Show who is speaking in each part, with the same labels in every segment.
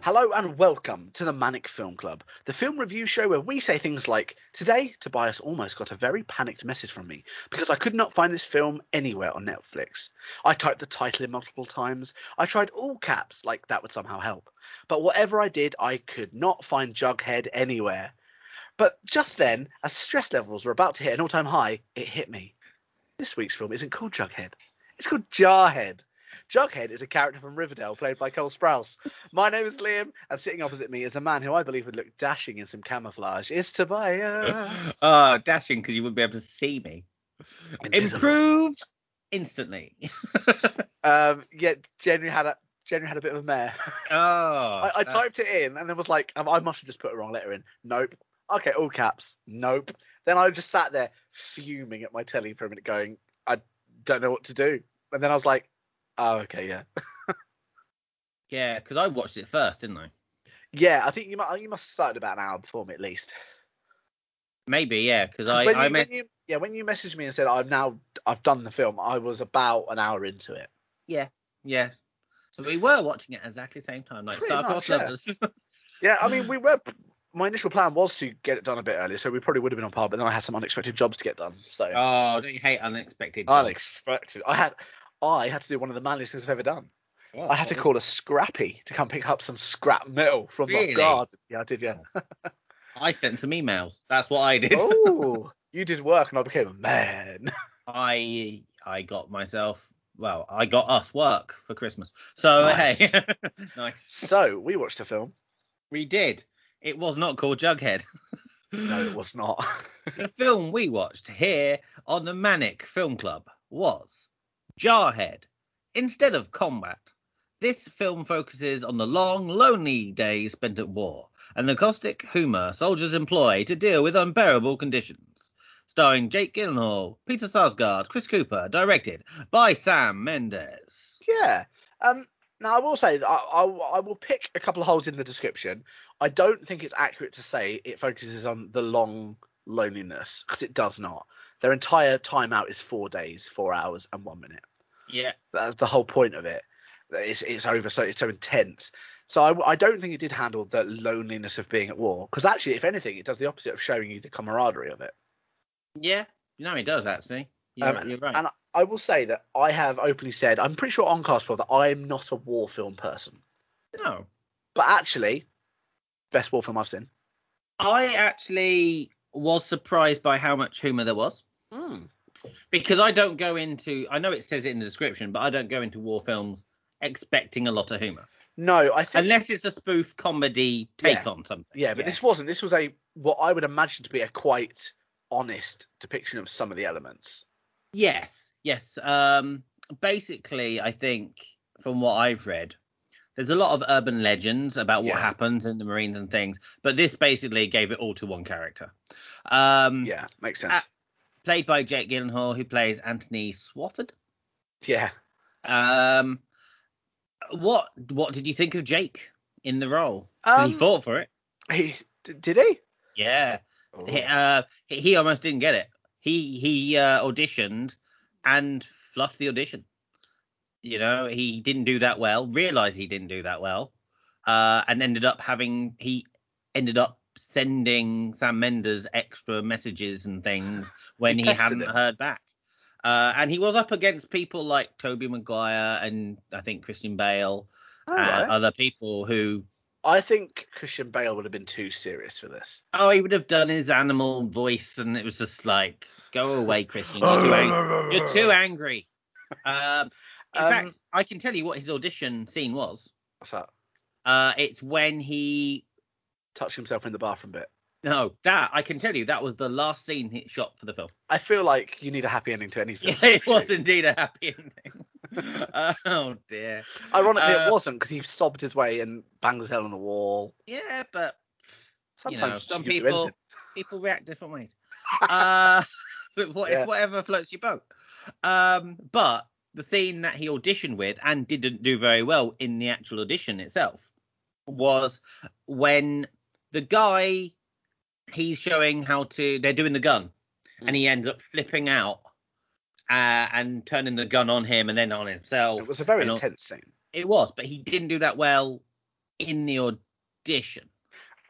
Speaker 1: Hello and welcome to the Manic Film Club, the film review show where we say things like Today, Tobias almost got a very panicked message from me because I could not find this film anywhere on Netflix. I typed the title in multiple times. I tried all caps, like that would somehow help. But whatever I did, I could not find Jughead anywhere. But just then, as stress levels were about to hit an all time high, it hit me. This week's film isn't called Jughead, it's called Jarhead. Jughead is a character from Riverdale played by Cole Sprouse. My name is Liam, and sitting opposite me is a man who I believe would look dashing in some camouflage. It's Tobias.
Speaker 2: Oh, dashing because you wouldn't be able to see me.
Speaker 1: Invisible.
Speaker 2: Improved instantly.
Speaker 1: Um, yeah, Jenny had a Jenny had a bit of a mare.
Speaker 2: oh,
Speaker 1: I, I typed it in and then was like, um, I must have just put a wrong letter in. Nope. Okay, all caps. Nope. Then I just sat there fuming at my telly for a minute, going, I don't know what to do. And then I was like, Oh, okay, yeah,
Speaker 2: Yeah, because I watched it first, didn't I?
Speaker 1: yeah. I think you must you must have started about an hour before me at least.
Speaker 2: Maybe, yeah, because
Speaker 1: 'Cause
Speaker 2: I,
Speaker 1: when,
Speaker 2: I
Speaker 1: you,
Speaker 2: meant,
Speaker 1: when you- yeah, when you messaged me and said I've now I've done the film, I was about an hour into it.
Speaker 2: yeah. So we were watching it at exactly the same time, like
Speaker 1: Pretty
Speaker 2: Star
Speaker 1: much,
Speaker 2: Wars
Speaker 1: yeah.
Speaker 2: lovers.
Speaker 1: Yeah, I mean, we were. My initial plan was to get it done a bit earlier, so we probably would have been on par. But then I had some unexpected jobs to get done. So
Speaker 2: oh, don't you hate unexpected?
Speaker 1: unexpected, I had I had to do one of the manliest things I've ever done.
Speaker 2: jobs?
Speaker 1: I had to call a scrappy to come pick up some scrap metal from my
Speaker 2: Really?
Speaker 1: garden. Yeah, I did. Yeah.
Speaker 2: I sent some emails. That's what I did.
Speaker 1: oh, you did work, and I became a man.
Speaker 2: I I got myself. Well, I got us work for Christmas. So
Speaker 1: Nice.
Speaker 2: hey, nice.
Speaker 1: so we watched a film.
Speaker 2: We did. It was not called Jughead.
Speaker 1: No, it was not.
Speaker 2: the film we watched here on the Manic Film Club was Jarhead. Instead of combat, this film focuses on the long, lonely days spent at war and the caustic humour soldiers employ to deal with unbearable conditions. Starring Jake Gyllenhaal, Peter Sarsgaard, Chris Cooper, directed by Sam Mendes.
Speaker 1: Yeah. Um, now I will say that I, I, I will pick a couple of holes in the description. I don't think it's accurate to say it focuses on the long loneliness because it does not. Their entire timeout is four days, four hours, and one minute.
Speaker 2: Yeah.
Speaker 1: That's the whole point of it. that It's it's over, so it's so intense. So I, I don't think it did handle the loneliness of being at war because actually, if anything, it does the opposite of showing you the camaraderie of it.
Speaker 2: Yeah. No, he does actually. You're,
Speaker 1: Um,
Speaker 2: you're right.
Speaker 1: and I will say that I have openly said I'm pretty sure on Castpod that I am not a war film person.
Speaker 2: no.
Speaker 1: But actually, best war film I've seen.
Speaker 2: I actually was surprised by how much humour there was. because I don't go into I know it says it in the description, but I don't go into war films expecting a lot of humor
Speaker 1: No, I think.
Speaker 2: unless it's a spoof comedy take
Speaker 1: Yeah.
Speaker 2: on something.
Speaker 1: yeah, but this wasn't. This was a what I would imagine to be a quite honest depiction of some of the elements.
Speaker 2: yes, yes. Um, basically, I think from what I've read, there's a lot of urban legends about what
Speaker 1: Yeah.
Speaker 2: happens in the Marines and things, but this basically gave it all to one character. Um,
Speaker 1: Yeah, makes sense.
Speaker 2: Ah. played by Jake Gyllenhaal, who plays Anthony Swafford.
Speaker 1: yeah,
Speaker 2: Um, what what did you think of Jake in the role? 'Cause he
Speaker 1: Um,
Speaker 2: fought for it.
Speaker 1: he d- did he?
Speaker 2: Yeah. He, uh, he he almost didn't get it. He he uh, auditioned and fluffed the audition. You know, he didn't do that well. Realized he didn't do that well, uh, and ended up having he ended up sending Sam Mendes extra messages and things when
Speaker 1: He
Speaker 2: he,
Speaker 1: pestered
Speaker 2: hadn't
Speaker 1: him.
Speaker 2: heard back. Uh, and he was up against people like Toby Maguire and I think Christian Bale
Speaker 1: All
Speaker 2: and
Speaker 1: right.
Speaker 2: other people who
Speaker 1: I think Christian Bale would have been too serious for this.
Speaker 2: Oh, he would have done his animal voice, and it was just like, "Go away, Christian. You're too, ang- you're too angry." Um, in
Speaker 1: Um,
Speaker 2: fact, I can tell you what his audition scene was.
Speaker 1: What's that?
Speaker 2: Uh, it's when he
Speaker 1: Touched himself in the bathroom bit.
Speaker 2: no, that I can tell you that was the last scene he shot for the film.
Speaker 1: I feel like you need a happy ending to anything.
Speaker 2: Yeah, it was indeed a happy ending. oh dear.
Speaker 1: Ironically,
Speaker 2: Uh,
Speaker 1: it wasn't because he sobbed his way and banged his head on the wall.
Speaker 2: Yeah, but you
Speaker 1: Sometimes
Speaker 2: know, some
Speaker 1: you can do
Speaker 2: people
Speaker 1: anything.
Speaker 2: people react different ways. Uh, but what,
Speaker 1: Yeah.
Speaker 2: It's whatever floats your boat. Um, but the scene that he auditioned with and didn't do very well in the actual audition itself was when the guy he's showing how to they're doing the gun
Speaker 1: Mm.
Speaker 2: and he ends up flipping out uh, and turning the gun on him and then on himself
Speaker 1: It was a very
Speaker 2: and all-
Speaker 1: intense scene.
Speaker 2: it was, but he didn't do that well in the audition.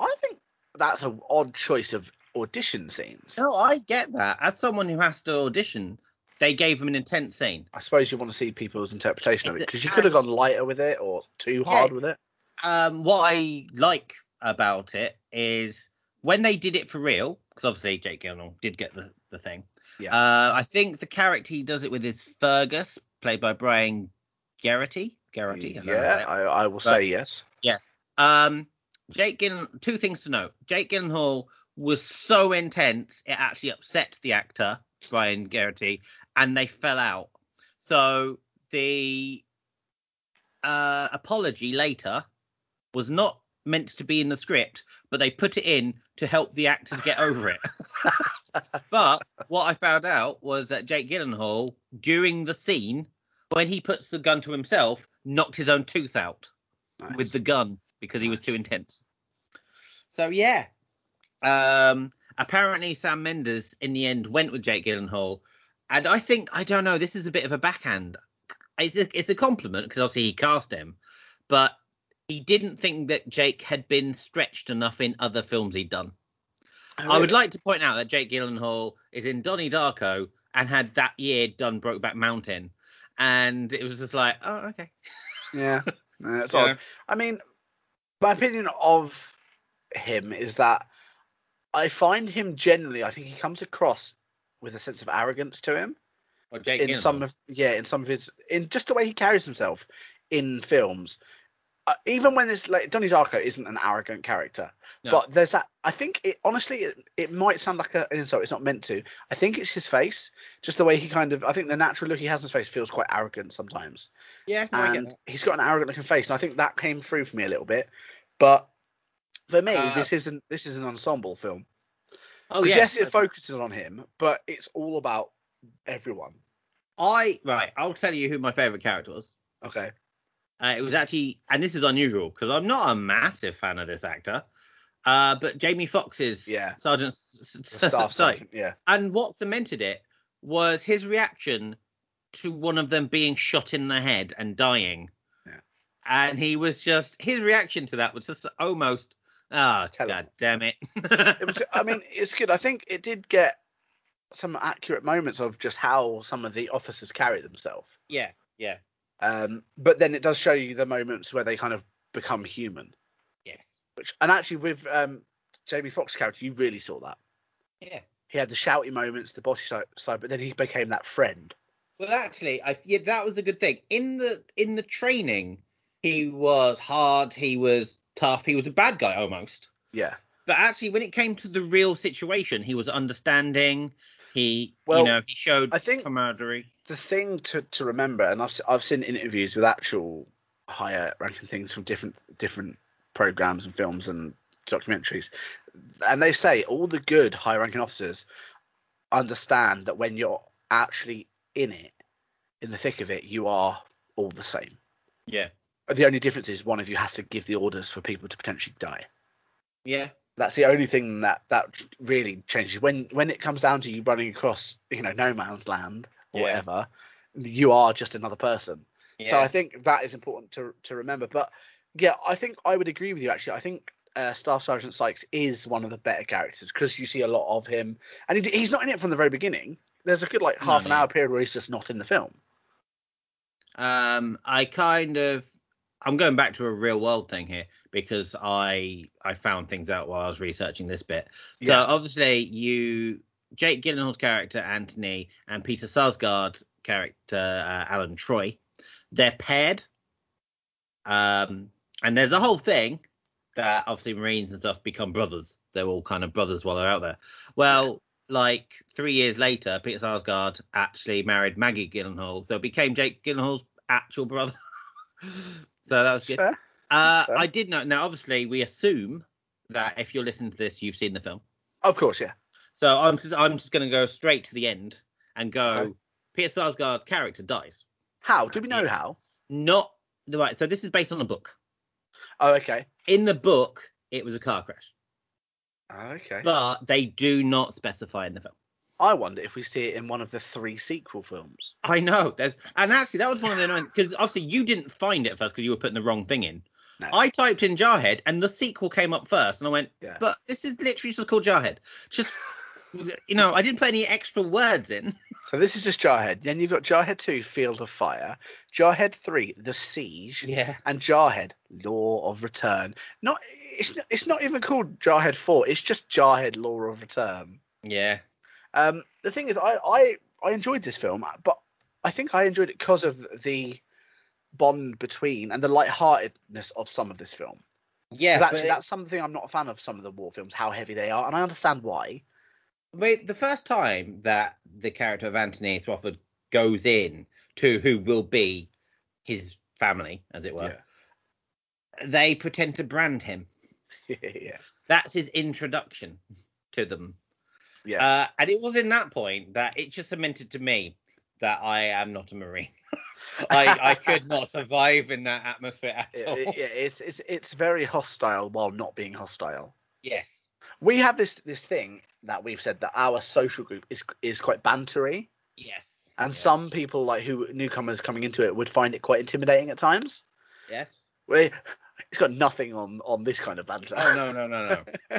Speaker 1: I think that's an odd choice of audition scenes.
Speaker 2: No, I get that. As someone who has to audition, they gave him an intense scene.
Speaker 1: I suppose you want to see people's interpretation of
Speaker 2: It's
Speaker 1: it
Speaker 2: a-
Speaker 1: because you could have gone lighter with it or too
Speaker 2: Yeah.
Speaker 1: hard with it.
Speaker 2: Um, what I like about it is when they did it for real, because obviously Jake Gyllenhaal did get the, the thing.
Speaker 1: Yeah.
Speaker 2: Uh, I think the character he does it with is Fergus, played by Brian Geraghty. Geraghty. I don't know how
Speaker 1: yeah,
Speaker 2: that-
Speaker 1: I, I will say yes.
Speaker 2: Yes. Um, Jake Gyllen- two things to note. Jake Gyllenhaal was so intense it actually upset the actor Brian Geraghty, and they fell out. So the uh, apology later was not meant to be in the script, but they put it in to help the actors get over it. but what I found out was that Jake Gyllenhaal, during the scene, when he puts the gun to himself, knocked his own tooth out
Speaker 1: Nice.
Speaker 2: with the gun because he was
Speaker 1: Nice.
Speaker 2: too intense. So yeah, um, apparently Sam Mendes in the end went with Jake Gyllenhaal, and I think I don't know. This is a bit of a backhand. It's a, it's a compliment because obviously he cast him, but he didn't think that Jake had been stretched enough in other films he'd done.
Speaker 1: Oh,
Speaker 2: I would like to point out that Jake Gyllenhaal is in Donnie Darko and had that year done Brokeback Mountain, and it was just like, oh okay,
Speaker 1: Yeah, Yeah, it's
Speaker 2: You know?
Speaker 1: odd. I mean, my opinion of him is that I find him generally. I think he comes across with a sense of arrogance to him
Speaker 2: Or Jake
Speaker 1: in some
Speaker 2: Gyllenhaal.
Speaker 1: of yeah in some of his in just the way he carries himself in films. Uh, even when it's like Donnie Darko isn't an arrogant character,
Speaker 2: No.
Speaker 1: but there's that. I think it honestly it, it might sound like a, an insult. It's not meant to. I think it's his face, just the way he kind of. I think the natural look he has on his face feels quite arrogant sometimes
Speaker 2: yeah, no, I get
Speaker 1: and
Speaker 2: that.
Speaker 1: he's got an arrogant looking face, and I think that came through for me a little bit. But for me,
Speaker 2: Uh,
Speaker 1: this isn't this is an ensemble film.
Speaker 2: Oh
Speaker 1: 'Cause
Speaker 2: yeah.
Speaker 1: Yes, it focuses on him, but it's all about everyone.
Speaker 2: I right. I'll tell you who my favorite character was.
Speaker 1: Okay,
Speaker 2: Uh, it was actually, and this is unusual because I'm not a massive fan of this actor, uh, but Jamie Foxx's
Speaker 1: Yeah.
Speaker 2: Sergeant S- S-
Speaker 1: the staff
Speaker 2: Syke.
Speaker 1: sergeant. Yeah,
Speaker 2: And what cemented it was his reaction to one of them being shot in the head and dying.
Speaker 1: Yeah.
Speaker 2: And he was just his reaction to that was just almost ah
Speaker 1: Tell 'em.
Speaker 2: god damn it.
Speaker 1: it was. I mean, it's good. I think it did get some accurate moments of just how some of the officers carry themselves.
Speaker 2: yeah, yeah,
Speaker 1: Um, but then it does show you the moments where they kind of become human.
Speaker 2: yes,
Speaker 1: Which and actually with um, Jamie Foxx character, you really saw that.
Speaker 2: yeah.
Speaker 1: He had the shouty moments, the bossy si- side, but then he became that friend.
Speaker 2: Well, actually, I yeah, that was a good thing. In the in the training, he was hard, he was tough, he was a bad guy almost.
Speaker 1: Yeah.
Speaker 2: But actually, when it came to the real situation, he was understanding. He,
Speaker 1: Well,
Speaker 2: you know, he showed
Speaker 1: I think
Speaker 2: camaraderie.
Speaker 1: the thing to, to remember, and I've s- I've seen interviews with actual higher ranking things from different different programs and films and documentaries, and they say all the good high ranking officers understand that when you're actually in it, in the thick of it, you are all the same.
Speaker 2: Yeah,
Speaker 1: The only difference is one of you has to give the orders for people to potentially die.
Speaker 2: yeah,
Speaker 1: That's the only thing that that really changes. When when it comes down to you running across, you know, no man's land or
Speaker 2: Yeah.
Speaker 1: whatever, you are just another person.
Speaker 2: yeah.
Speaker 1: So I think that is important to to remember. But yeah, I think I would agree with you. Actually, I think uh, Staff Sergeant Sykes is one of the better characters because you see a lot of him, and he, d- he's not in it from the very beginning. There's a good like
Speaker 2: No,
Speaker 1: half an
Speaker 2: no.
Speaker 1: hour period where he's just not in the film.
Speaker 2: um, I kind of, I'm going back to a real world thing here because I I found things out while I was researching this bit.
Speaker 1: Yeah.
Speaker 2: So obviously, you Jake Gyllenhaal's character Anthony and Peter Sarsgaard character uh, Alan Troy, they're paired. Um, and there's a whole thing that obviously Marines and stuff become brothers. They're all kind of brothers while they're out there. Well, like three years later, Peter Sarsgaard actually married Maggie Gyllenhaal, so became Jake Gyllenhaal's actual brother. so that was good.
Speaker 1: Fair.
Speaker 2: Uh,
Speaker 1: fair.
Speaker 2: I did know. Now, obviously, we assume that if you're listening to this, you've seen the film.
Speaker 1: Of course, yeah.
Speaker 2: So I'm just I'm just going to go straight to the end and go.
Speaker 1: Okay.
Speaker 2: Peter Sarsgaard character dies.
Speaker 1: How do we know how?
Speaker 2: Not right. So this is based on a book.
Speaker 1: Oh, okay.
Speaker 2: In the book, it was a car crash,
Speaker 1: Oh, okay.
Speaker 2: but they do not specify in the film.
Speaker 1: I wonder if we see it in one of the three sequel films.
Speaker 2: I know. There's and actually that was one of the annoying because obviously you didn't find it at first because you were putting the wrong thing in.
Speaker 1: No.
Speaker 2: I typed in Jarhead and the sequel came up first, and I went,
Speaker 1: Yeah.
Speaker 2: but this is literally just called Jarhead. Just, you know, I didn't put any extra words in.
Speaker 1: So this is just Jarhead. Then you've got Jarhead 2, Field of Fire, Jarhead 3, The Siege,
Speaker 2: Yeah.
Speaker 1: and Jarhead, Law of Return. Not it's not, it's not even called Jarhead 4. It's just Jarhead Law of Return.
Speaker 2: Yeah.
Speaker 1: Um, the thing is, I, I I enjoyed this film, but I think I enjoyed it because of the bond between and the lightheartedness of some of this film.
Speaker 2: Yeah.
Speaker 1: Because
Speaker 2: but
Speaker 1: actually,
Speaker 2: it-
Speaker 1: that's something I'm not a fan of. Some of the war films, how heavy they are, and I understand why.
Speaker 2: Wait, the first time that the character of Anthony Swafford goes in to who will be his family, as it were, they pretend to brand him.
Speaker 1: Yeah, yeah,
Speaker 2: That's his introduction to them.
Speaker 1: yeah.
Speaker 2: Uh, and it was in that point that it just cemented to me that I am not a Marine. I, I could not survive in that atmosphere at
Speaker 1: It-
Speaker 2: all.
Speaker 1: it- yeah, it's it's it's very hostile while not being hostile.
Speaker 2: Yes.
Speaker 1: We have this this thing that we've said that our social group is is quite bantery,
Speaker 2: Yes.
Speaker 1: and
Speaker 2: Yeah.
Speaker 1: some people like who newcomers coming into it would find it quite intimidating at times.
Speaker 2: Yes.
Speaker 1: Well, it's got nothing on on this kind of banter.
Speaker 2: Oh, no, no, no, no.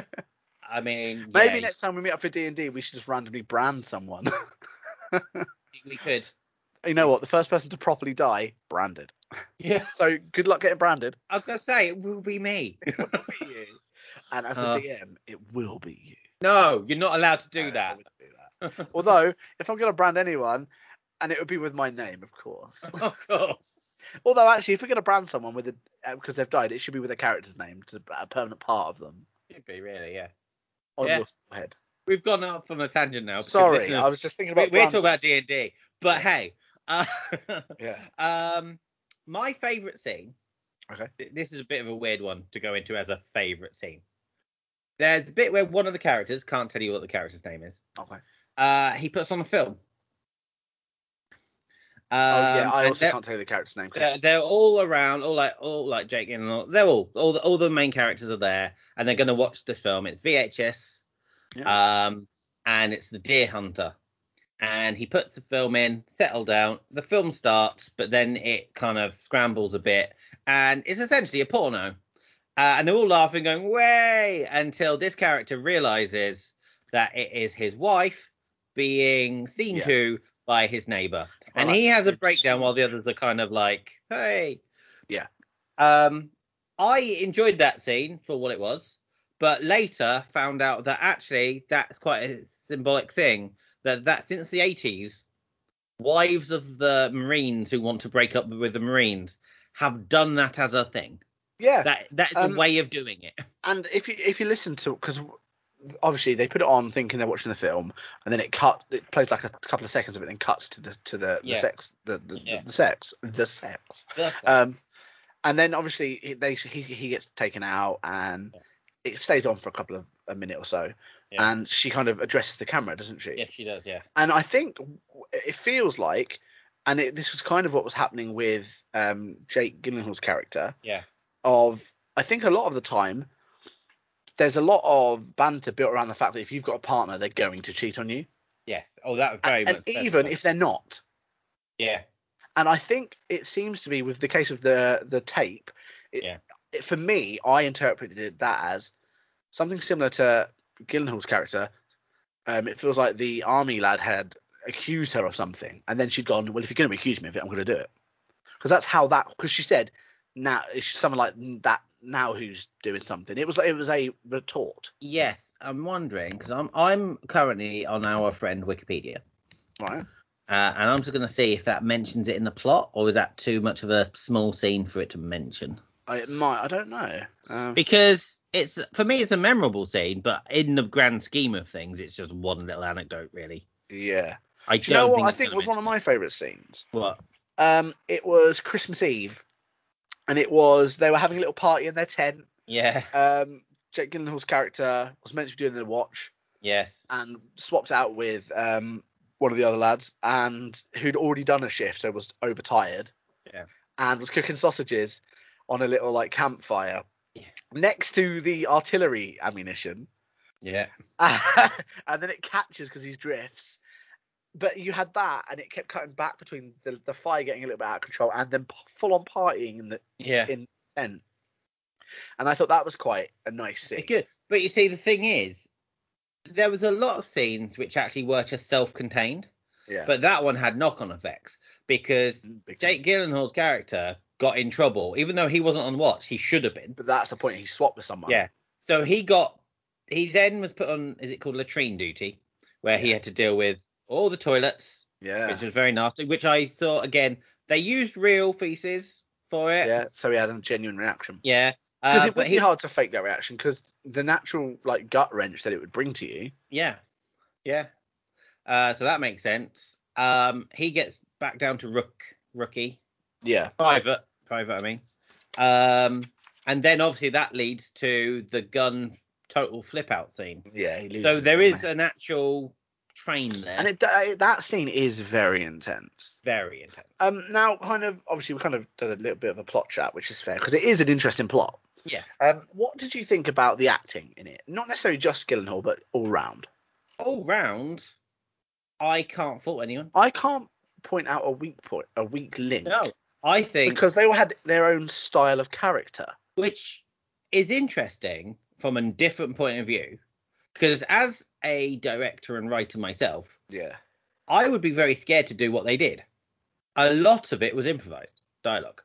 Speaker 2: I mean,
Speaker 1: Maybe
Speaker 2: yeah,
Speaker 1: next time we meet up for D and D, we should just randomly brand someone.
Speaker 2: we could.
Speaker 1: you know what? The first person to properly die, branded.
Speaker 2: Yeah.
Speaker 1: So good luck getting branded.
Speaker 2: I was going to say, it will be me.
Speaker 1: And as the
Speaker 2: Uh.
Speaker 1: DM, it will be you.
Speaker 2: No, you're not allowed to
Speaker 1: No, I
Speaker 2: do that.
Speaker 1: wouldn't do that. Although, if I'm going to brand anyone, and it would be with my name, of course.
Speaker 2: of course.
Speaker 1: Although, actually, if we're going to brand someone with a uh, because they've died, it should be with a character's name to a permanent part of them
Speaker 2: Should be really, yeah.
Speaker 1: on
Speaker 2: Yeah.
Speaker 1: your forehead.
Speaker 2: We've gone off on a tangent now. because
Speaker 1: Sorry,
Speaker 2: listeners-
Speaker 1: I was just thinking
Speaker 2: we,
Speaker 1: about.
Speaker 2: are talking about D and D, but hey, uh,
Speaker 1: Yeah.
Speaker 2: um, my favorite scene.
Speaker 1: Okay.
Speaker 2: th- This is a bit of a weird one to go into as a favorite scene. There's a bit where one of the characters can't tell you what the character's name is.
Speaker 1: Okay.
Speaker 2: Uh, he puts on a film. Um,
Speaker 1: Oh yeah, I
Speaker 2: and
Speaker 1: also
Speaker 2: they're-
Speaker 1: can't tell you the character's name. 'cause-
Speaker 2: they're, they're all around, all like all like Jake and all, they're all all the, all the main characters are there, and they're gonna watch the film. It's VHS, um, and it's the Deer Hunter, and he puts the film in, settle down. The film starts, but then it kind of scrambles a bit, and it's essentially a porno. Uh, and they're all laughing, going way, until this character realizes that it is his wife being seen
Speaker 1: Yeah.
Speaker 2: to by his neighbor
Speaker 1: I
Speaker 2: and
Speaker 1: like
Speaker 2: he has a
Speaker 1: it's-
Speaker 2: breakdown while the others are kind of like, hey.
Speaker 1: Yeah.
Speaker 2: Um, I enjoyed that scene for what it was, but later found out that actually that's quite a symbolic thing that that since the 80s, wives of the Marines who want to break up with the Marines have done that as a thing.
Speaker 1: yeah.
Speaker 2: That that is
Speaker 1: Um,
Speaker 2: a way of doing it.
Speaker 1: and if you if you listen to because obviously they put it on thinking they're watching the film and then it cut it plays like a couple of seconds of it then cuts to the to the,
Speaker 2: Yeah.
Speaker 1: the sex the the,
Speaker 2: Yeah.
Speaker 1: the sex the sex um and then obviously he- they he, he gets taken out and it stays on for a couple of a minute or so
Speaker 2: Yeah.
Speaker 1: and she kind of addresses the camera doesn't she
Speaker 2: yeah, she does. Yeah.
Speaker 1: and I think w- it feels like, and it, this was kind of what was happening with um, Jake Gyllenhaal's character.
Speaker 2: Yeah.
Speaker 1: Of I think a lot of the time, there's a lot of banter built around the fact that if you've got a partner, they're going to cheat on you,
Speaker 2: Yes. Oh, that was very
Speaker 1: and,
Speaker 2: much.
Speaker 1: even if they're not.
Speaker 2: yeah,
Speaker 1: And I think it seems to be with the case of the the tape. It,
Speaker 2: Yeah.
Speaker 1: it- for me, I interpreted it that as something similar to Gyllenhaal's character. Um, it feels like the army lad had accused her of something, and then she'd gone, "Well, if you're going to accuse me of it, I'm going to do it," because that's how that. Because she said, "Now it's someone like that. Now who's doing something?" It was it was a retort,
Speaker 2: yes. I'm wondering because I'm I'm currently on our friend Wikipedia.
Speaker 1: right?
Speaker 2: Uh, and I'm just going to see if that mentions it in the plot, or is that too much of a small scene for it to mention?
Speaker 1: I, it might I don't know. Um,
Speaker 2: Because it's for me, it's a memorable scene, but in the grand scheme of things, it's just one little anecdote, really.
Speaker 1: yeah.
Speaker 2: I
Speaker 1: Do you know
Speaker 2: don't
Speaker 1: what I
Speaker 2: it's
Speaker 1: think
Speaker 2: gonna
Speaker 1: was one of
Speaker 2: mention
Speaker 1: my favourite scenes?
Speaker 2: it. What?
Speaker 1: um, it was Christmas Eve, and it was they were having a little party in their tent.
Speaker 2: Yeah.
Speaker 1: Um, Jake Gyllenhaal's character was meant to be doing the watch
Speaker 2: Yes.
Speaker 1: and swapped out with um, one of the other lads, and who'd already done a shift, so was overtired.
Speaker 2: Yeah.
Speaker 1: and was cooking sausages on a little like campfire
Speaker 2: Yeah.
Speaker 1: next to the artillery ammunition.
Speaker 2: Yeah.
Speaker 1: and then it catches because he drifts. But you had that, and it kept cutting back between the, the fire getting a little bit out of control, and then full on partying in the
Speaker 2: Yeah.
Speaker 1: in tent. and I thought that was quite a nice scene.
Speaker 2: Good. But you see, the thing is, there was a lot of scenes which actually were just self-contained,
Speaker 1: Yeah,
Speaker 2: but that one had knock-on effects because
Speaker 1: Mm, big
Speaker 2: Jake Gyllenhaal's character got in trouble, even though he wasn't on watch. He should have been.
Speaker 1: But that's the point. He swapped with someone.
Speaker 2: Yeah. So he got. He then was put on. Is it called latrine duty, where he
Speaker 1: Yeah.
Speaker 2: had to deal with all the toilets,
Speaker 1: yeah,
Speaker 2: which was very nasty. Which I saw again. They used real feces for it.
Speaker 1: yeah. So he had a genuine reaction.
Speaker 2: Yeah.
Speaker 1: Because
Speaker 2: Uh,
Speaker 1: it would
Speaker 2: but
Speaker 1: be
Speaker 2: he,
Speaker 1: hard to fake that reaction because the natural like gut wrench that it would bring to you.
Speaker 2: yeah, yeah. Uh, so that makes sense. Um, he gets back down to rook, rookie,
Speaker 1: Yeah,
Speaker 2: private, private. I mean, um, and then obviously that leads to the gun total flip out scene.
Speaker 1: yeah. He loses
Speaker 2: So there
Speaker 1: it, doesn't
Speaker 2: is
Speaker 1: he?
Speaker 2: an actual train there,
Speaker 1: and it, uh, that scene is very intense.
Speaker 2: very intense.
Speaker 1: Um, now, kind of obviously we kind of done a little bit of a plot chat, which is fair because it is an interesting plot.
Speaker 2: Yeah.
Speaker 1: Um, what did you think about the acting in it? Not necessarily just Gyllenhaal, but all round.
Speaker 2: All round, I can't fault anyone.
Speaker 1: I can't point out a weak point, a weak link,
Speaker 2: No, I think
Speaker 1: because they all had their own style of character.
Speaker 2: which is interesting from a different point of view because as a director and writer myself
Speaker 1: Yeah,
Speaker 2: i would be very scared to do what they did a lot of it was improvised dialogue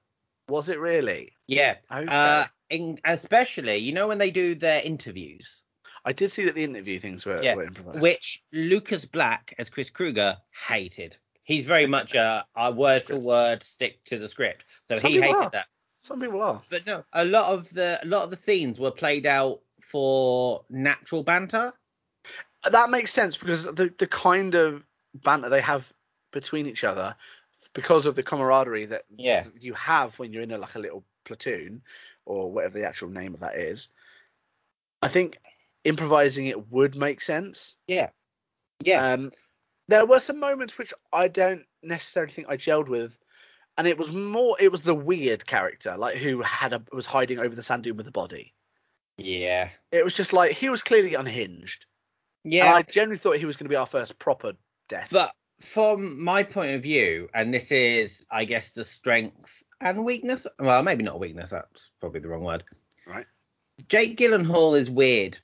Speaker 1: was it really?
Speaker 2: yeah
Speaker 1: Okay.
Speaker 2: uh in, especially you know when they do their interviews
Speaker 1: I did see that the interview things were,
Speaker 2: Yeah,
Speaker 1: were improvised.
Speaker 2: which lucas black as chris kruger hated he's very much a, a word for
Speaker 1: Script.
Speaker 2: word stick to the script so
Speaker 1: Some
Speaker 2: he
Speaker 1: people
Speaker 2: hated
Speaker 1: are.
Speaker 2: that
Speaker 1: Some people are.
Speaker 2: but no a lot of the a lot of the scenes were played out for natural banter
Speaker 1: That makes sense because the the kind of banter they have between each other, because of the camaraderie that
Speaker 2: Yeah.
Speaker 1: that you have when you're in a, like a little platoon, or whatever the actual name of that is. I think improvising it would make sense.
Speaker 2: Yeah.
Speaker 1: Um, there were some moments which I don't necessarily think I gelled with, and it was more it was the weird character like who had a was hiding over the sand dune with the body.
Speaker 2: yeah.
Speaker 1: It was just like he was clearly unhinged.
Speaker 2: Yeah.
Speaker 1: And I generally thought he was going to be our first proper death.
Speaker 2: Uh, but from my point of view, and this is, I guess, the strength and weakness. Well, maybe not weakness. That's probably the wrong word.
Speaker 1: Right.
Speaker 2: Jake Gyllenhaal is weird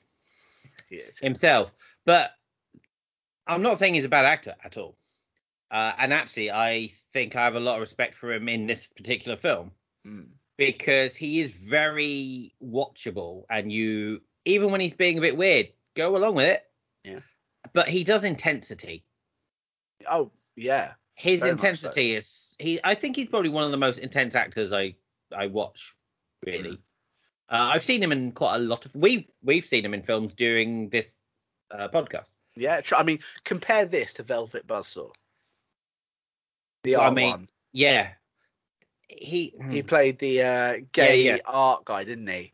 Speaker 1: Yes.
Speaker 2: himself, but I'm not saying he's a bad actor at all. Uh, and actually, I think I have a lot of respect for him in this particular film.
Speaker 1: Mm.
Speaker 2: because he is very watchable and you even when he's being a bit weird go along with it
Speaker 1: Yeah.
Speaker 2: but he does intensity
Speaker 1: Oh yeah,
Speaker 2: his
Speaker 1: Very much so.
Speaker 2: intensity is he i think he's probably one of the most intense actors i i watch really
Speaker 1: Mm.
Speaker 2: uh, i've seen him in quite a lot of we've we've seen him in films during this uh, podcast
Speaker 1: yeah. tr- I mean, compare this to Velvet Buzzsaw. The
Speaker 2: Well, I
Speaker 1: art
Speaker 2: mean,
Speaker 1: one.
Speaker 2: yeah he
Speaker 1: He played the uh, gay
Speaker 2: yeah.
Speaker 1: art guy, didn't he?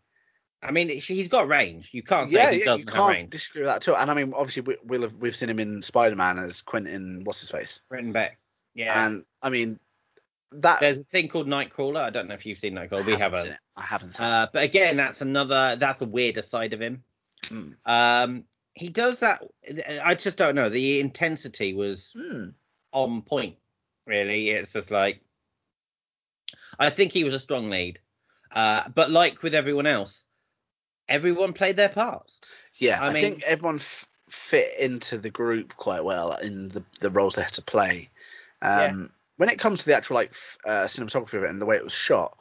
Speaker 2: i mean he's got range you can't say
Speaker 1: yeah,
Speaker 2: he
Speaker 1: yeah. You
Speaker 2: doesn't have
Speaker 1: can't
Speaker 2: range
Speaker 1: disagree with that at all. And I mean, obviously, we, we'll have, we've seen him in Spider Man as Quentin, what's his face?
Speaker 2: Written back yeah
Speaker 1: And I mean, that
Speaker 2: There's a thing called Nightcrawler. I don't know if you've seen Nightcrawler. We
Speaker 1: I haven't
Speaker 2: haven't.
Speaker 1: seen it. I haven't seen
Speaker 2: Uh, but again, that's another. That's a weirder side of him.
Speaker 1: it. Mm.
Speaker 2: Um, he does that. I just don't know. The intensity was
Speaker 1: Mm.
Speaker 2: on point. Really, it's just like. I think he was a strong lead, uh, but like with everyone else, everyone played their parts.
Speaker 1: Yeah,
Speaker 2: I
Speaker 1: I,
Speaker 2: mean-
Speaker 1: think everyone f- fit into the group quite well in the, the roles they had to play. Um, When it comes to the actual like f- uh, cinematography of it and the way it was shot,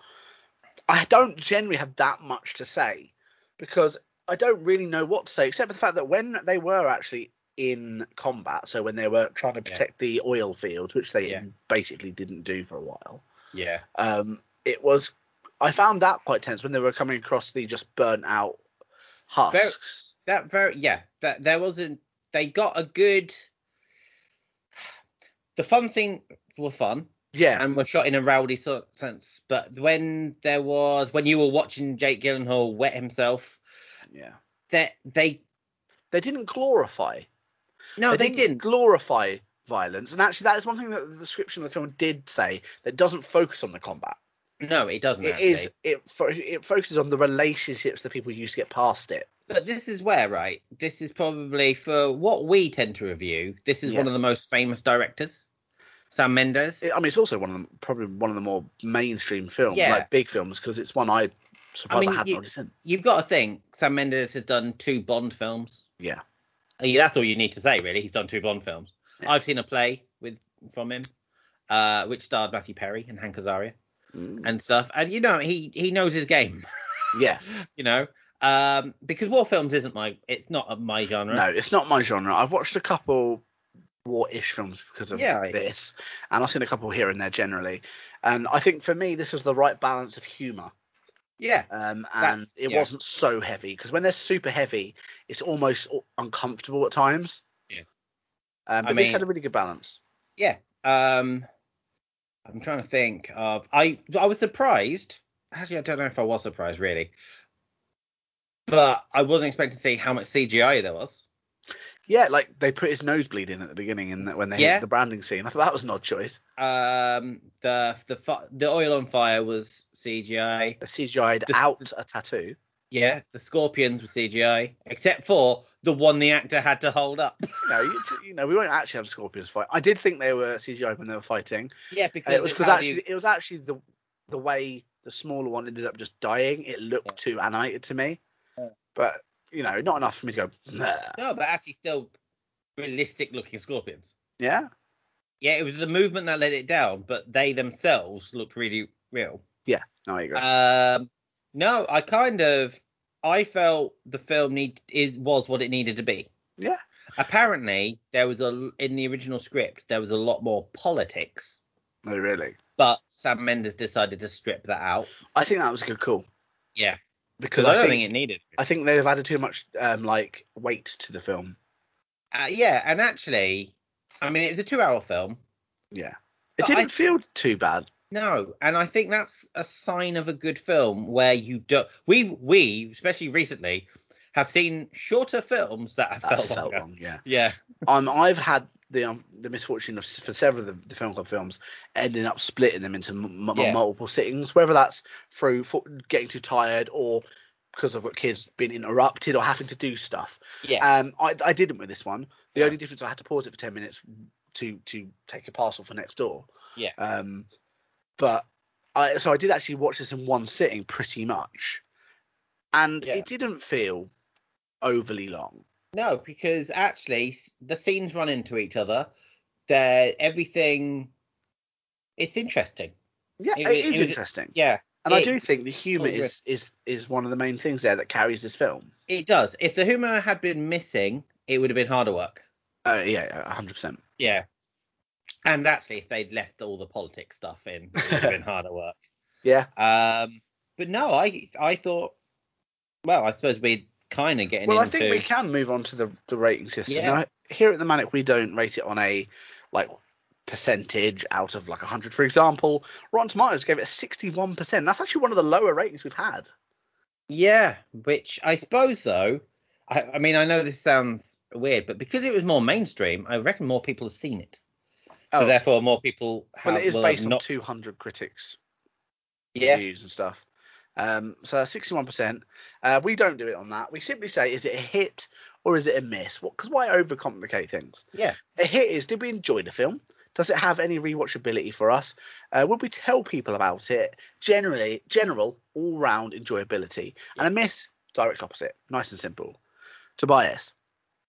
Speaker 1: I don't generally have that much to say because I don't really know what to say except for the fact that when they were actually in combat, so when they were trying to
Speaker 2: Yeah.
Speaker 1: protect the oil fields, which they
Speaker 2: Yeah.
Speaker 1: basically didn't do for a while,
Speaker 2: Yeah,
Speaker 1: um, it was. I found that quite tense when they were coming across the just burnt out husks.
Speaker 2: that very. Yeah, that there wasn't. They got a good. The fun scenes were fun.
Speaker 1: yeah,
Speaker 2: and were shot in a rowdy sort of sense. But when there was when you were watching Jake Gyllenhaal wet himself,
Speaker 1: yeah.
Speaker 2: that they
Speaker 1: they didn't glorify.
Speaker 2: no they, didn't.
Speaker 1: glorify violence, and actually, that is one thing that the description of the film did say that doesn't focus on the combat.
Speaker 2: No, it doesn't.
Speaker 1: It
Speaker 2: actually.
Speaker 1: is it fo- it focuses on the relationships that people use to get past it.
Speaker 2: But this is where right. This is probably for what we tend to review. This is
Speaker 1: Yeah.
Speaker 2: one of the most famous directors, Sam Mendes.
Speaker 1: It- I mean, it's also one of the, probably one of the more mainstream films,
Speaker 2: Yeah.
Speaker 1: like big films, because it's one I Surprised I,
Speaker 2: mean,
Speaker 1: hadn't
Speaker 2: you-
Speaker 1: already seen.
Speaker 2: You've got to think Sam Mendes has done two Bond films.
Speaker 1: Yeah.
Speaker 2: Uh, yeah, that's all you need to say, really. He's done two Bond films.
Speaker 1: Yeah.
Speaker 2: I've seen a play with from him, uh, which starred Matthew Perry and Hank Azaria and stuff. And you know, he he knows his game.
Speaker 1: Yeah.
Speaker 2: You know, um, because war films isn't my it's not of my genre.
Speaker 1: No, it's not my genre. I've watched a couple war-ish films because of
Speaker 2: Yeah.
Speaker 1: this, and I've seen a couple here and there generally. And I think for me, this is the right balance of humour.
Speaker 2: Yeah,
Speaker 1: Um, and
Speaker 2: That's-
Speaker 1: it
Speaker 2: yeah.
Speaker 1: wasn't so heavy because when they're super heavy, it's almost u- uncomfortable at times.
Speaker 2: Yeah.
Speaker 1: Um, but
Speaker 2: I
Speaker 1: this
Speaker 2: mean-
Speaker 1: had a really good balance.
Speaker 2: Um, I'm trying to think of I I was surprised. Actually, I don't know if I was surprised really, but I wasn't expecting to see how much CGI there was.
Speaker 1: Yeah, like they put his nosebleed in at the beginning, and when they
Speaker 2: Yeah.
Speaker 1: hit the branding scene, I thought that was an odd choice.
Speaker 2: Um, the the fi- the oil on fire was CGI.
Speaker 1: They CGI'd
Speaker 2: The-
Speaker 1: out a tattoo.
Speaker 2: Yeah, the scorpions were CGI, except for the one the actor had to hold up.
Speaker 1: No, you, t- you know we won't actually have scorpions fight. I did think they were CGI when they were fighting.
Speaker 2: Yeah,
Speaker 1: Uh,
Speaker 2: because
Speaker 1: it was
Speaker 2: it's
Speaker 1: because
Speaker 2: how do
Speaker 1: actually
Speaker 2: you-
Speaker 1: it was actually the the way the smaller one ended up just dying. It looked too animated to me, but you know, not enough for me to go. "Nah."
Speaker 2: no, but actually still realistic looking scorpions.
Speaker 1: Yeah,
Speaker 2: Yeah, it was the movement that let it down, but they themselves looked really real.
Speaker 1: no, I agree.
Speaker 2: Um, no, I kind of I felt the film need is was what it needed to be.
Speaker 1: Yeah.
Speaker 2: Apparently, there was a in the original script there was a lot more politics,
Speaker 1: no, really.
Speaker 2: but Sam Mendes decided to strip that out.
Speaker 1: I think that was a good call
Speaker 2: Yeah,
Speaker 1: because
Speaker 2: because I
Speaker 1: I
Speaker 2: don't
Speaker 1: think,
Speaker 2: think it needed.
Speaker 1: I think they've added too much um, like weight to the film.
Speaker 2: Uh, yeah, and actually, I mean, it's a two-hour film.
Speaker 1: Yeah, it
Speaker 2: But
Speaker 1: didn't
Speaker 2: I-
Speaker 1: feel too bad.
Speaker 2: No, and I think that's a sign of a good film where you don't. We we especially recently have seen shorter films that have
Speaker 1: That
Speaker 2: felt,
Speaker 1: felt
Speaker 2: longer.
Speaker 1: wrong. Yeah,
Speaker 2: Yeah,
Speaker 1: um, I've had the um, the misfortune of for several of the, the film club films ending up splitting them into m- m-
Speaker 2: Yeah.
Speaker 1: multiple sittings, whether that's through fo- getting too tired or because I've got kids being interrupted or having to do stuff.
Speaker 2: yeah,
Speaker 1: Um, I, I didn't with this one. The
Speaker 2: Yeah.
Speaker 1: only difference I had to pause it for ten minutes to to take a parcel for next door.
Speaker 2: Yeah.
Speaker 1: Um, but I so I did actually watch this in one sitting pretty much, and
Speaker 2: Yeah.
Speaker 1: it didn't feel overly long.
Speaker 2: no, because actually s- the scenes run into each other. They're everything. It's interesting.
Speaker 1: Yeah,
Speaker 2: It-
Speaker 1: it
Speaker 2: it-
Speaker 1: is
Speaker 2: it was-
Speaker 1: interesting.
Speaker 2: Yeah,
Speaker 1: And I
Speaker 2: It-
Speaker 1: do think the humour
Speaker 2: Oh, yeah.
Speaker 1: is, is is one of the main things there that carries this film.
Speaker 2: it does. If the humor had been missing, it would have been harder work.
Speaker 1: Uh, yeah, hundred percent.
Speaker 2: Yeah. And actually, if they'd left all the politics stuff in, it would have been harder work.
Speaker 1: Yeah,
Speaker 2: Um, but no, I I thought, well, I suppose we're kind of getting
Speaker 1: well, I
Speaker 2: into.
Speaker 1: think we can move on to the the rating system.
Speaker 2: Yeah.
Speaker 1: Now, here at the Manic, we don't rate it on a like percentage out of like hundred. For example, Rotten Tomatoes gave it a sixty-one percent. That's actually one of the lower ratings we've had.
Speaker 2: Yeah, which I suppose though, I, I mean, I know this sounds weird, but because it was more mainstream, I reckon more people have seen it. So
Speaker 1: Oh.
Speaker 2: therefore, more people have.
Speaker 1: Well, it is
Speaker 2: will have
Speaker 1: based on
Speaker 2: not,
Speaker 1: two hundred critics
Speaker 2: Yeah,
Speaker 1: reviews and stuff. Um, so sixty-one percent. Uh, we don't do it on that. We simply say, is it a hit or is it a miss? What? Because why overcomplicate things?
Speaker 2: yeah,
Speaker 1: a hit is did we enjoy the film does it have any rewatchability for us uh, would we tell people about it generally general all-round enjoyability and a miss direct opposite nice and simple tobias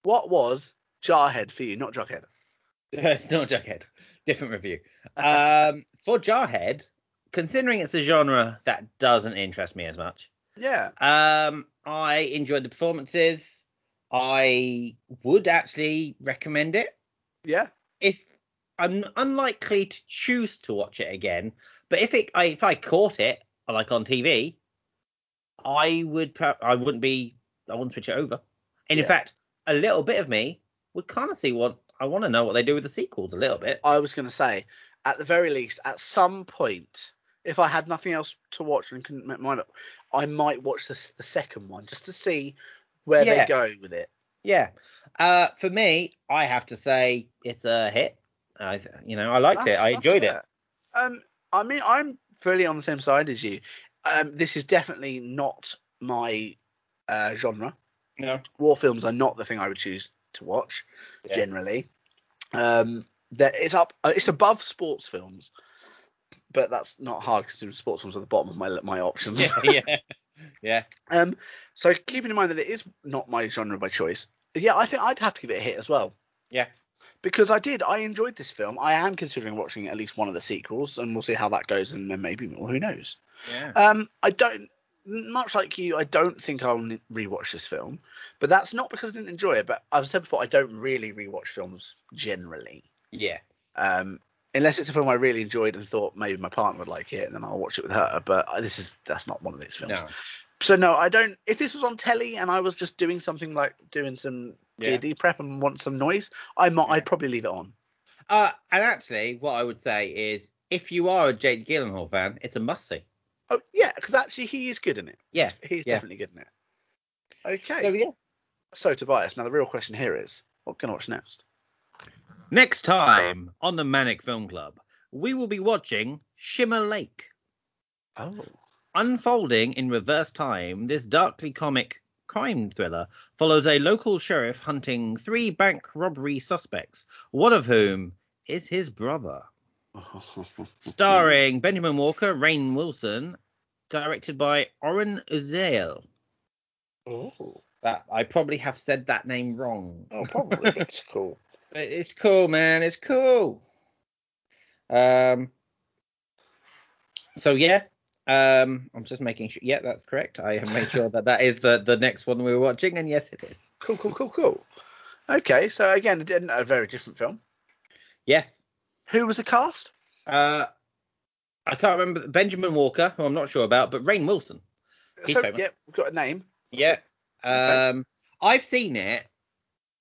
Speaker 1: what was jarhead for you not jughead
Speaker 2: it's not Jughead. Different review. Um, for Jarhead, considering it's a genre that doesn't interest me as much,
Speaker 1: yeah
Speaker 2: Um, I enjoyed the performances. I would actually recommend it
Speaker 1: yeah
Speaker 2: if I'm unlikely to choose to watch it again. But if it, I, if I caught it like on TV, I would. pro- I wouldn't be. I wouldn't switch it over. And in
Speaker 1: Yeah.
Speaker 2: fact, a little bit of me would kind of see what I want to know what they do with the sequels a little bit.
Speaker 1: i was going to say at the very least at some point if i had nothing else to watch and couldn't make mine up i might watch this, the second one just to see where
Speaker 2: Yeah.
Speaker 1: they go with it
Speaker 2: Yeah. Uh, for me, I have to say it's a hit. I, you know, I liked it.
Speaker 1: That's-
Speaker 2: I
Speaker 1: that's
Speaker 2: enjoyed it.
Speaker 1: fair. Um, I mean, I'm fully on the same side as you. Um, this is definitely not my uh, genre.
Speaker 2: No.
Speaker 1: War films are not the thing I would choose to watch
Speaker 2: Yeah.
Speaker 1: generally. Um, that it's up, uh, it's above sports films, but that's not hard because sports films are the bottom of my my options.
Speaker 2: yeah. Yeah.
Speaker 1: Um, so keeping in mind that it is not my genre by choice, yeah, I think I'd have to give it a hit as well.
Speaker 2: Yeah.
Speaker 1: Because I did, I enjoyed this film. I am considering watching at least one of the sequels, and we'll see how that goes, and then maybe more. Who knows?
Speaker 2: Yeah.
Speaker 1: Um, I don't, much like you, I don't think I'll n- rewatch this film, but that's not because I didn't enjoy it. But I've said before, I don't really rewatch films generally,
Speaker 2: Yeah.
Speaker 1: um, unless it's a film I really enjoyed and thought maybe my partner would like it, and then I'll watch it with her. But I- this is that's not one of these films.
Speaker 2: No.
Speaker 1: So no, I don't. If this was on telly and I was just doing something like doing some
Speaker 2: Yeah.
Speaker 1: D&D prep and want some noise, I might,
Speaker 2: Yeah.
Speaker 1: I'd probably leave it on.
Speaker 2: Uh, and actually, what I would say is, if you are a Jake Gyllenhaal fan, it's a must see.
Speaker 1: Oh yeah, because actually he is good in it.
Speaker 2: Yeah,
Speaker 1: He's- he's
Speaker 2: yeah.
Speaker 1: definitely good in it. Okay,
Speaker 2: So, yeah.
Speaker 1: so Tobias. Now the real question here is, what can I watch next?
Speaker 2: Next time on the Manic Film Club, we will be watching Shimmer Lake.
Speaker 1: Oh,
Speaker 2: Unfolding in reverse time, this darkly comic crime thriller follows a local sheriff hunting three bank robbery suspects, one of whom is his brother. Starring Benjamin Walker, Rain Wilson, directed by Oren Uziel.
Speaker 1: Oh,
Speaker 2: That I probably have said that name wrong.
Speaker 1: oh, probably. That's cool.
Speaker 2: But It's cool, man. It's cool. Um. So yeah, um, I'm just making sure. Yeah, that's correct. I have made sure that that is the the next one we were watching, and yes, it is.
Speaker 1: Cool, cool, cool, cool. Okay, so again, it- a very different film.
Speaker 2: Yes.
Speaker 1: Who was the cast?
Speaker 2: Uh, I can't remember Benjamin Walker, who I'm not sure about, but Rain Wilson. He's
Speaker 1: so
Speaker 2: famous.
Speaker 1: yeah, we've got a name.
Speaker 2: Yeah. Um,
Speaker 1: Okay.
Speaker 2: I've seen it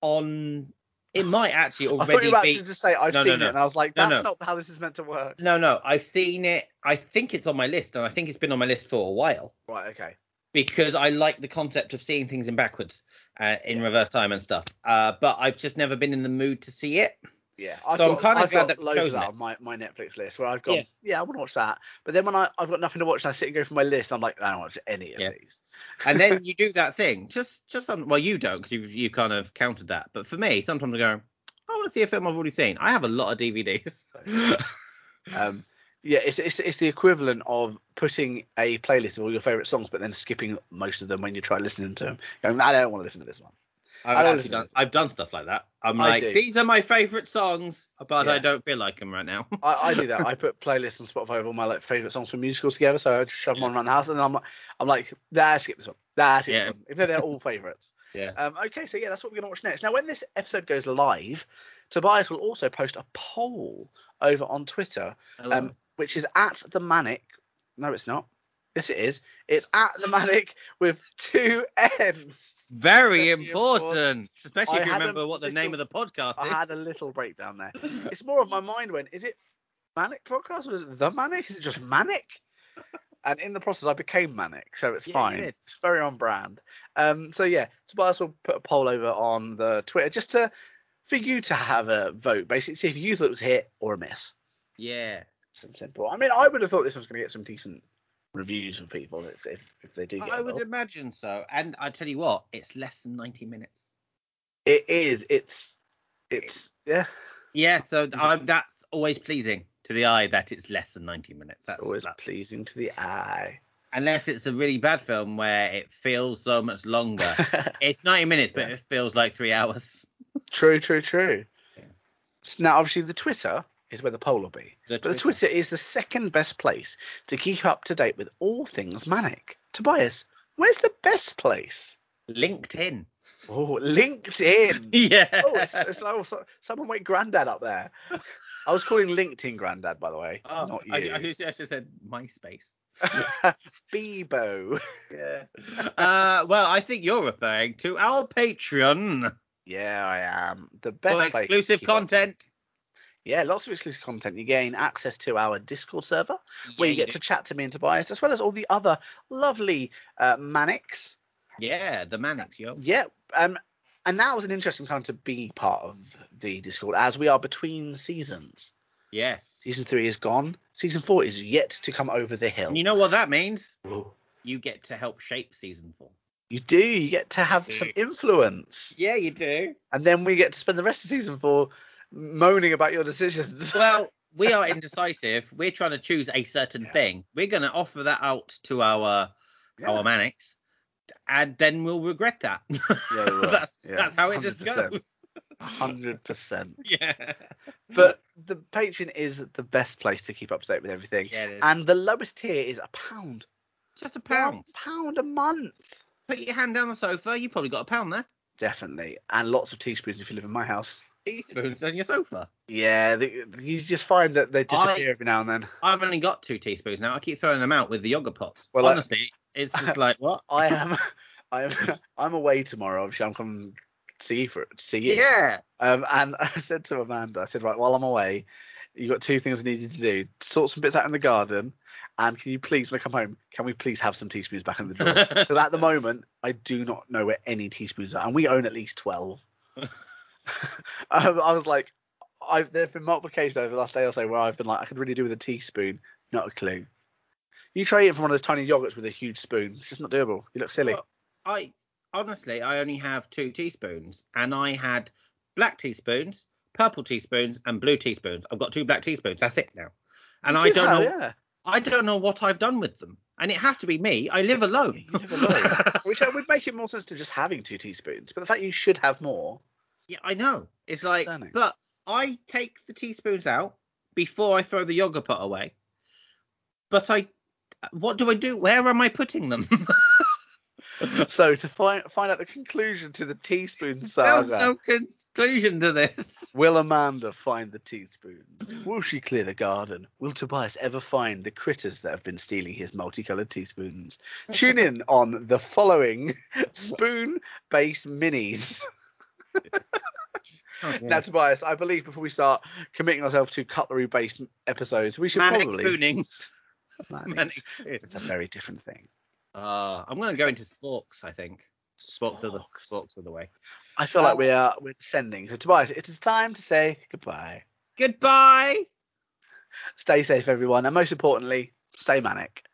Speaker 2: on. It might actually
Speaker 1: I thought you
Speaker 2: already
Speaker 1: were about
Speaker 2: be.
Speaker 1: to just say I've
Speaker 2: No, no,
Speaker 1: seen
Speaker 2: no.
Speaker 1: it, and I was like,
Speaker 2: No,
Speaker 1: that's
Speaker 2: no.
Speaker 1: not how this is meant to work.
Speaker 2: No, no, I've seen it. I think it's on my list, and I think it's been on my list for a while.
Speaker 1: Right. Okay.
Speaker 2: because I like the concept of seeing things in backwards, uh, in
Speaker 1: Yeah.
Speaker 2: reverse time and stuff. Uh, but I've just never been in the mood to see it.
Speaker 1: Yeah, I've
Speaker 2: So I'm
Speaker 1: got,
Speaker 2: kinda
Speaker 1: I've
Speaker 2: glad
Speaker 1: got
Speaker 2: that we've
Speaker 1: loads of
Speaker 2: chosen
Speaker 1: that
Speaker 2: it.
Speaker 1: on my, my Netflix list where I've gone,
Speaker 2: Yeah.
Speaker 1: yeah, I want to watch that. But then when I, I've got nothing to watch and I sit and go through my list, I'm like, I don't want to watch any of
Speaker 2: Yeah.
Speaker 1: these.
Speaker 2: And then you do that thing, just just some, well, you don't because you've you kind of countered that. But for me, sometimes I go, I want to see a film I've already seen. I have a lot of DVDs.
Speaker 1: Um, yeah, it's, it's it's the equivalent of putting a playlist of all your favourite songs, but then skipping most of them when you try listening to them. Going, I don't want to listen to this one.
Speaker 2: I've,
Speaker 1: I don't
Speaker 2: actually
Speaker 1: listen to
Speaker 2: done,
Speaker 1: this.
Speaker 2: I've done stuff like that. I'm
Speaker 1: I
Speaker 2: like,
Speaker 1: do.
Speaker 2: these are my favorite songs, but I
Speaker 1: Yeah.
Speaker 2: don't feel like them right now.
Speaker 1: I, I do that. I put playlists on Spotify of all my like favourite songs from musicals together, so I just shove them on around the house, and then I'm like, I'm like, nah, skip this one. Nah, skip
Speaker 2: Yeah.
Speaker 1: this one. If they're, they're all favourites.
Speaker 2: Yeah.
Speaker 1: Um, okay, so yeah, that's what we're gonna watch next. Now, when this episode goes live, Tobias will also post a poll over on Twitter, um, which is at the manic. No, it's not. Yes, it is. It's at the manic with two M's.
Speaker 2: very
Speaker 1: very
Speaker 2: important, especially
Speaker 1: I
Speaker 2: if you
Speaker 1: had a
Speaker 2: remember what the name of the podcast
Speaker 1: I
Speaker 2: is.
Speaker 1: had a little breakdown there. It's more of my mind went, is it manic podcast or is it the manic? Is it just manic? And in the process, I became manic, so it's
Speaker 2: Yeah, you
Speaker 1: fine.
Speaker 2: did.
Speaker 1: It's very on brand. Um, so yeah, Tobias will put a poll over on the Twitter just to for you to have a vote, basically see if you thought it was a hit or a miss.
Speaker 2: yeah.
Speaker 1: It's that simple. I mean, I would have thought this was going to get some decent reviews from people if if, if they do get.
Speaker 2: I
Speaker 1: a
Speaker 2: would
Speaker 1: vote.
Speaker 2: imagine so. And I tell you what, it's less than 90 minutes.
Speaker 1: It is. It's. It's yeah.
Speaker 2: Yeah, so
Speaker 1: Is it-
Speaker 2: um, that's always pleasing to the eye that it's less than 90 minutes. That's
Speaker 1: Always
Speaker 2: that-
Speaker 1: pleasing to the eye.
Speaker 2: Unless it's a really bad film where it feels so much longer. it's 90 minutes, but
Speaker 1: Yeah.
Speaker 2: it feels like three hours.
Speaker 1: true. True. True. So now, obviously, the Twitter is where the poll will be.
Speaker 2: The
Speaker 1: But the Twitter is the second best place to keep up to date with all things manic. Tobias, where's the best place?
Speaker 2: LinkedIn.
Speaker 1: Oh, LinkedIn.
Speaker 2: yeah.
Speaker 1: oh, it's, it's like oh, so, someone went granddad up there. I was calling LinkedIn granddad, by the way,
Speaker 2: Oh,
Speaker 1: not
Speaker 2: I,
Speaker 1: you.
Speaker 2: I, should- I should have said MySpace.
Speaker 1: Bebo.
Speaker 2: Yeah. uh, well, I think you're referring to our Patreon
Speaker 1: Yeah, I am. The best
Speaker 2: for
Speaker 1: place to
Speaker 2: exclusive
Speaker 1: keep up-
Speaker 2: content.
Speaker 1: Yeah, lots of exclusive content. You gain access to our Discord server where
Speaker 2: Yeah,
Speaker 1: you get
Speaker 2: do.
Speaker 1: to chat to me and Tobias, as well as all the other lovely uh, manics
Speaker 2: Yeah, the Manics, yo.
Speaker 1: Yeah, um, and now is an interesting time to be part of the Discord as we are between seasons.
Speaker 2: Yes.
Speaker 1: Season three is gone. Season four is yet to come over the hill.
Speaker 2: And you know what that means?
Speaker 1: Ooh.
Speaker 2: You get to help shape season four.
Speaker 1: You do. You get to have some influence,
Speaker 2: Yeah, you do.
Speaker 1: and then we get to spend the rest of season four moaning about your decisions.
Speaker 2: Well, we are indecisive. We're trying to choose a certain
Speaker 1: Yeah.
Speaker 2: thing. We're going to offer that out to our our manics, and then we'll regret that.
Speaker 1: Yeah, we will.
Speaker 2: that's
Speaker 1: Yeah,
Speaker 2: that's how it just
Speaker 1: 100%.
Speaker 2: goes.
Speaker 1: hundred percent.
Speaker 2: Yeah,
Speaker 1: But the Patreon is the best place to keep up to date with everything.
Speaker 2: yeah, it is.
Speaker 1: And the lowest tier is a pound.
Speaker 2: just a
Speaker 1: One
Speaker 2: pound.
Speaker 1: pound a month.
Speaker 2: Put your hand down the sofa. You probably got a pound there.
Speaker 1: Definitely. And lots of teaspoons if you live in my house.
Speaker 2: Teaspoons on your sofa.
Speaker 1: Yeah, the, you just find that they disappear
Speaker 2: I-
Speaker 1: every now and then.
Speaker 2: I've only got two teaspoons now. I keep throwing them out with the yogurt pots.
Speaker 1: Well, I-
Speaker 2: Honestly, it's just like what?
Speaker 1: I am, I am, I'm away tomorrow. Obviously, I'm coming to see you for to see you.
Speaker 2: Yeah.
Speaker 1: Um, and I said to Amanda, I said, right, while I'm away, you have got two things I need you to do: sort some bits out in the garden, and can you please, when I come home, can we please have some teaspoons back in the drawer? Because at the moment, I do not know where any teaspoons are, and we own at least twelve. um, I was like, I've there have been multiple cases over the last day or so where I've been like, I could really do with a teaspoon, not a clue. You try eating from one of those tiny yogurts with a huge spoon. It's just not doable. You look silly.
Speaker 2: Well, I honestly, I only have two teaspoons, and I had black teaspoons, purple teaspoons, and blue teaspoons. I've got two black teaspoons. That's it now, and I
Speaker 1: You
Speaker 2: don't
Speaker 1: have,
Speaker 2: know.
Speaker 1: Yeah.
Speaker 2: I don't know what I've done with them, and it has to be me. I live alone.
Speaker 1: You live alone. Which uh, would make it more sense to just having two teaspoons, but the fact you should have more.
Speaker 2: yeah, I know. It's like,
Speaker 1: Concerning.
Speaker 2: but I take the teaspoons out before I throw the yogurt pot away. But I, what do I do? Where am I putting them?
Speaker 1: So to find find out the conclusion to the teaspoon
Speaker 2: There's
Speaker 1: saga,
Speaker 2: no conclusion to this.
Speaker 1: will Amanda find the teaspoons?
Speaker 2: Mm.
Speaker 1: Will she clear the garden? Will Tobias ever find the critters that have been stealing his multicolored teaspoons? Tune in on the following spoon-based minis. Now, Tobias, I believe before we start committing ourselves to cutlery-based episodes, we should
Speaker 2: Manic
Speaker 1: probably
Speaker 2: spoonings.
Speaker 1: Manics.
Speaker 2: Manic
Speaker 1: It's a very different thing.
Speaker 2: Uh, I'm going to go into sporks, I think. Sporks are the,
Speaker 1: Sporks.
Speaker 2: sporks are the way.
Speaker 1: I feel
Speaker 2: Um,
Speaker 1: like we are we're descending. So Tobias, it is time to say goodbye.
Speaker 2: Goodbye.
Speaker 1: Stay safe, everyone, and most importantly, stay manic.